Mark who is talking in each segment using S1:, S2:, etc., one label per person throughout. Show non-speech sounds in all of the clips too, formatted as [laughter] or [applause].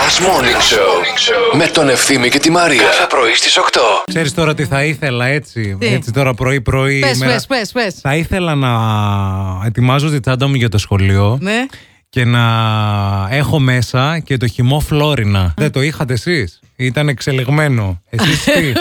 S1: Last Morning Show με τον Ευθύμη και τη Μαρία. Κάθε πρωί στις 8.
S2: Ξέρεις τώρα τι θα ήθελα έτσι,
S3: Τι?
S2: έτσι τώρα πρωί-πρωί.
S3: Πες,
S2: ημέρα.
S3: πες, πες, πες.
S2: Θα ήθελα να ετοιμάζω τη τσάντα μου για το σχολείο
S3: Ναι.
S2: και να έχω μέσα και το χυμό Φλόρινα. Δεν το είχατε εσείς. Ήταν εξελιγμένο. Εσείς
S3: [laughs]
S2: τι,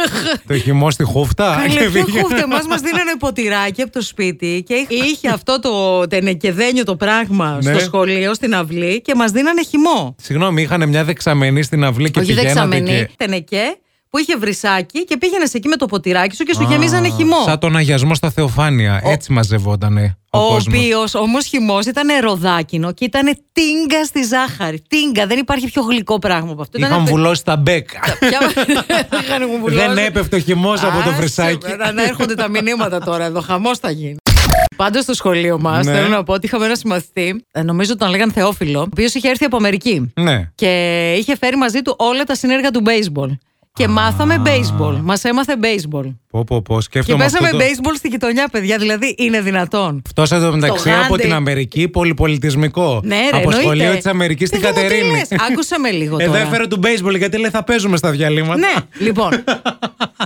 S2: το χυμό στη χούφτα.
S3: Καλέ,
S2: και
S3: ποιο
S2: βγήκε.
S3: χούφτε, εμάς μας δίνανε ποτηράκι από το σπίτι και είχε-
S2: [laughs]
S3: είχε αυτό το τενεκεδένιο το πράγμα
S2: Ναι.
S3: στο σχολείο, στην αυλή και μας δίνανε χυμό.
S2: Συγγνώμη, είχαν μια δεξαμενή στην αυλή και
S3: Όχι
S2: πηγαίνατε
S3: δεξαμενή,
S2: και...
S3: τενεκέ που είχε βρυσάκι και πήγαινες εκεί με το ποτηράκι σου και σου
S2: Α,
S3: γεμίζανε χυμό.
S2: Σαν τον αγιασμό στα Θεοφάνεια. Έτσι μαζευότανε ο,
S3: Ο
S2: κόσμος.
S3: οποίος όμω χυμό ήταν ροδάκινο και ήταν τίνγκα στη ζάχαρη. Τίνγκα, δεν υπάρχει πιο γλυκό πράγμα από αυτό. Ήταν
S2: Είχαν
S3: απε- [laughs]
S2: βουλώσει τα μπέκ.
S3: Πια- [laughs] Είχαν βουλώσει.
S2: Δεν έπεφτε ο χυμός από το
S3: Άσε,
S2: βρυσάκι.
S3: Να, να έρχονται τα μηνύματα τώρα εδώ. Χαμός θα γίνει. Πάντως στο σχολείο μας,
S2: Ναι.
S3: θέλω να πω ότι είχαμε ένα συμμαθητή, ε, νομίζω τον λέγανε Θεόφιλο, ο οποίος είχε έρθει από Αμερική.
S2: Ναι.
S3: Και είχε φέρει μαζί του όλα τα συνέργα του baseball. Και μάθαμε baseball. Μας έμαθε baseball.
S2: Πω, πω, πω.
S3: Και
S2: Σκέφτομαι αυτό.
S3: παίζαμε
S2: Το...
S3: baseball στη γειτονιά, παιδιά. Δηλαδή, είναι δυνατόν.
S2: Φτώσα εδώ μεταξύ
S3: Γάντι.
S2: από την Αμερική, πολυπολιτισμικό.
S3: Ναι, ρε,
S2: από
S3: εννοείται.
S2: σχολείο της Αμερικής στην
S3: Τι
S2: Κατερίνη.
S3: γαμοτρίες. Άκουσα με λίγο
S2: Εδώ
S3: τώρα.
S2: έφερε του baseball γιατί λέει θα παίζουμε στα διαλύματα.
S3: Ναι, λοιπόν.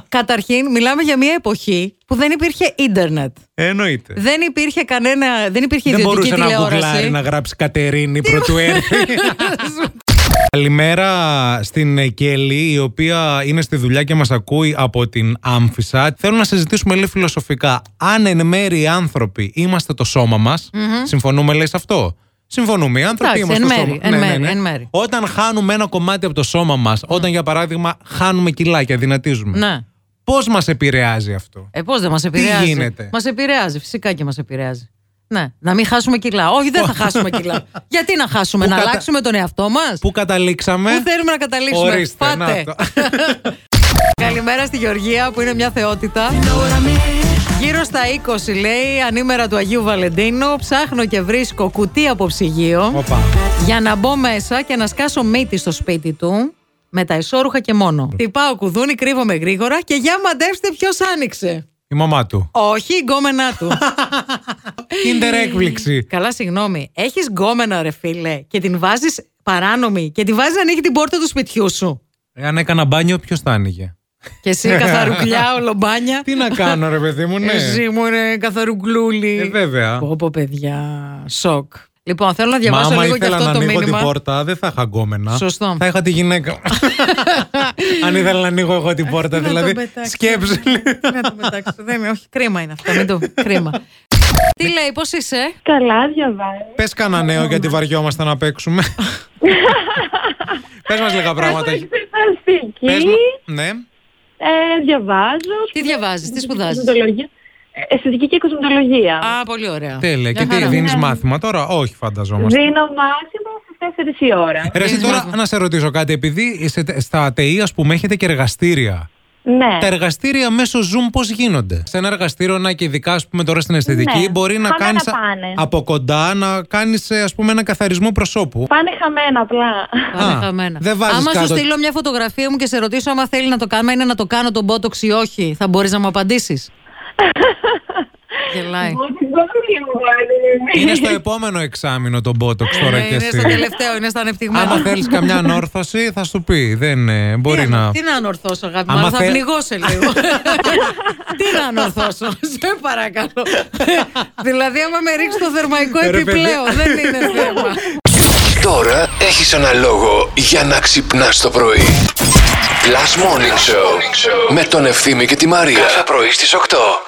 S3: Καταρχήν, μιλάμε για μια εποχή που δεν υπήρχε ίντερνετ.
S2: Ε, Εννοείται.
S3: Δεν υπήρχε κανένα. Δεν υπήρχε
S2: Δεν
S3: ιδιωτική
S2: μπορούσε να γκουγκλάρει
S3: τηλεόραση.
S2: να γράψει Κατερίνη πρωτού έρθει. Καλημέρα στην ε, Κέλλη, η οποία είναι στη δουλειά και μας ακούει από την Άμφισα. Θέλω να συζητήσουμε λίγο φιλοσοφικά. Αν εν μέρη οι άνθρωποι είμαστε το σώμα μας, συμφωνούμε λέει σε αυτό. Συμφωνούμε. Οι άνθρωποι
S3: Εντάξει,
S2: είμαστε
S3: εν
S2: το
S3: μέρη,
S2: σώμα. Ναι,
S3: εν μέρη, εν μέρη.
S2: Όταν χάνουμε ένα κομμάτι από το σώμα μας, όταν για παράδειγμα χάνουμε κιλά και αδυνατίζουμε,
S3: Ναι.
S2: πώς μας επηρεάζει αυτό.
S3: Ε, πώς δεν μας επηρεάζει.
S2: γίνεται?
S3: Μας επηρεάζει, φυσικά και μας επηρεάζει. Ναι, να μην χάσουμε κιλά. Όχι, δεν θα χάσουμε
S2: [laughs]
S3: κιλά. Γιατί να χάσουμε,
S2: Πού
S3: να
S2: κατα-
S3: αλλάξουμε τον εαυτό μας.
S2: Πού καταλήξαμε.
S3: Πού θέλουμε να καταλήξουμε.
S2: Ορίστε,
S3: Πάτε.
S2: να το.
S3: [laughs]
S2: [laughs]
S3: Καλημέρα στη Γεωργία που είναι μια θεότητα. Γύρω στα 20 λέει, ανήμερα του Αγίου Βαλεντίνου, ψάχνω και βρίσκω κουτί από ψυγείο.
S2: Οπα.
S3: Για να μπω μέσα και να σκάσω μύτη στο σπίτι του με τα ισόρουχα και μόνο. Τυπάω κουδούνι, κρύβομαι γρήγορα και για μαντέψτε ποιος άνοιξε.
S2: Η μαμά του.
S3: Όχι, η γκόμενά του.
S2: Kinder έκπληξη.
S3: Καλά, συγγνώμη. Έχεις γκόμενα, ρε φίλε, και την βάζεις παράνομη και τη βάζεις να ανοίγει την πόρτα του σπιτιού σου.
S2: Αν έκανα μπάνιο, ποιος θα άνοιγε.
S3: Και
S2: [laughs]
S3: εσύ καθαρουκλιά, ολομπάνια.
S2: Τι να κάνω, ρε παιδί μου, ναι.
S3: Εσύ μου είναι καθαρουκλούλη.
S2: Ε, βέβαια.
S3: Πω, πω, παιδιά. Σοκ. Λοιπόν, θέλω να
S2: Μα
S3: διαβάσω
S2: άμα
S3: λίγο και
S2: ήθελα
S3: αυτό
S2: να
S3: το
S2: ανοίγω την
S3: μήνυμα.
S2: πόρτα, δεν θα είχα γκόμενα.
S3: Σωστό.
S2: Θα είχα τη
S3: [laughs]
S2: γυναίκα. Αν ήθελα να ανοίγω εγώ την πόρτα,
S3: να το
S2: δηλαδή.
S3: πετάξω. [laughs]
S2: Σκέψου.
S3: Τι να το μετάξω. ναι, Δεν είναι, όχι, κρίμα είναι αυτό. Μην το.
S2: [laughs]
S3: Κρίμα. Τι λέει, πώς είσαι.
S4: Καλά, διαβάζω.
S2: Πες κανένα νέο γιατί βαριόμαστε να
S3: [laughs]
S2: παίξουμε. Πες μας λίγα πράγματα.
S4: Έχω εξεταστική.
S2: Πες μα- Ναι.
S4: Ε, διαβάζω.
S3: Τι διαβάζεις, τι σπουδάζεις.
S4: Κοσμητολογία. Ε, Αισθητική και κοσμητολογία.
S3: Α, πολύ ωραία.
S2: Τέλεια.
S3: Μια
S2: Και τι,
S3: χαρά. Ναι.
S2: δίνει μάθημα τώρα. Όχι, φανταζόμαστε.
S4: Δίνω μάξιμο στις 4 η ώρα.
S2: Ρε, εσύ
S3: Δίνεις
S2: τώρα
S3: μάθημα.
S2: να σε ρωτήσω κάτι. Επειδή σε- στα ΑΤΕΗ, ας πούμε, έχετε και εργαστήρια.
S4: ναι.
S2: Τα εργαστήρια μέσω Zoom πώς γίνονται. Σε ένα εργαστήριο, να και ειδικά ας πούμε, τώρα στην αισθητική,
S4: Ναι.
S2: μπορεί να
S4: Χαμένα
S2: κάνεις
S4: πάνε.
S2: από κοντά να κάνεις πούμε ένα καθαρισμό προσώπου.
S4: Πάνε χαμένα απλά.
S3: Πάμε
S2: Α,
S3: χαμένα.
S2: δεν βάζεις
S3: άμα
S2: κάτω-
S3: σου στείλω μια φωτογραφία μου και σε ρωτήσω άμα θέλει να το κάνουμε, είναι να το κάνω τον μπότοξ ή όχι, θα μπορείς να μου [laughs] απαντήσεις. Γελάει.
S4: Ότι μπορούν λίγο, μάλλον.
S2: είναι στο επόμενο εξάμεινο τον Botox τώρα
S3: Ε,
S2: και
S3: είναι
S2: εσύ.
S3: στο τελευταίο, είναι στα ανεπτυγμένα.
S2: Άμα θέλεις καμιά ανόρθωση, θα σου πει. Δεν ε, μπορεί
S3: τι,
S2: να.
S3: Τι να ανορθώσω, αγάπη μου,
S2: Άμα
S3: αλλά θα
S2: θε-
S3: πνιγώ σε
S2: [laughs]
S3: λίγο. τι να ανορθώσω, [laughs] σε
S2: [laughs]
S3: παρακαλώ. δηλαδή, άμα με ρίξει το θερμαϊκό
S2: Ρε, παιδί.
S3: επιπλέον, δεν είναι θέμα.
S2: [laughs]
S1: Τώρα έχεις ένα λόγο για να ξυπνάς το πρωί. Last Morning Show με τον Ευθύμη και τη Μαρία. Κάθε πρωί στις 8.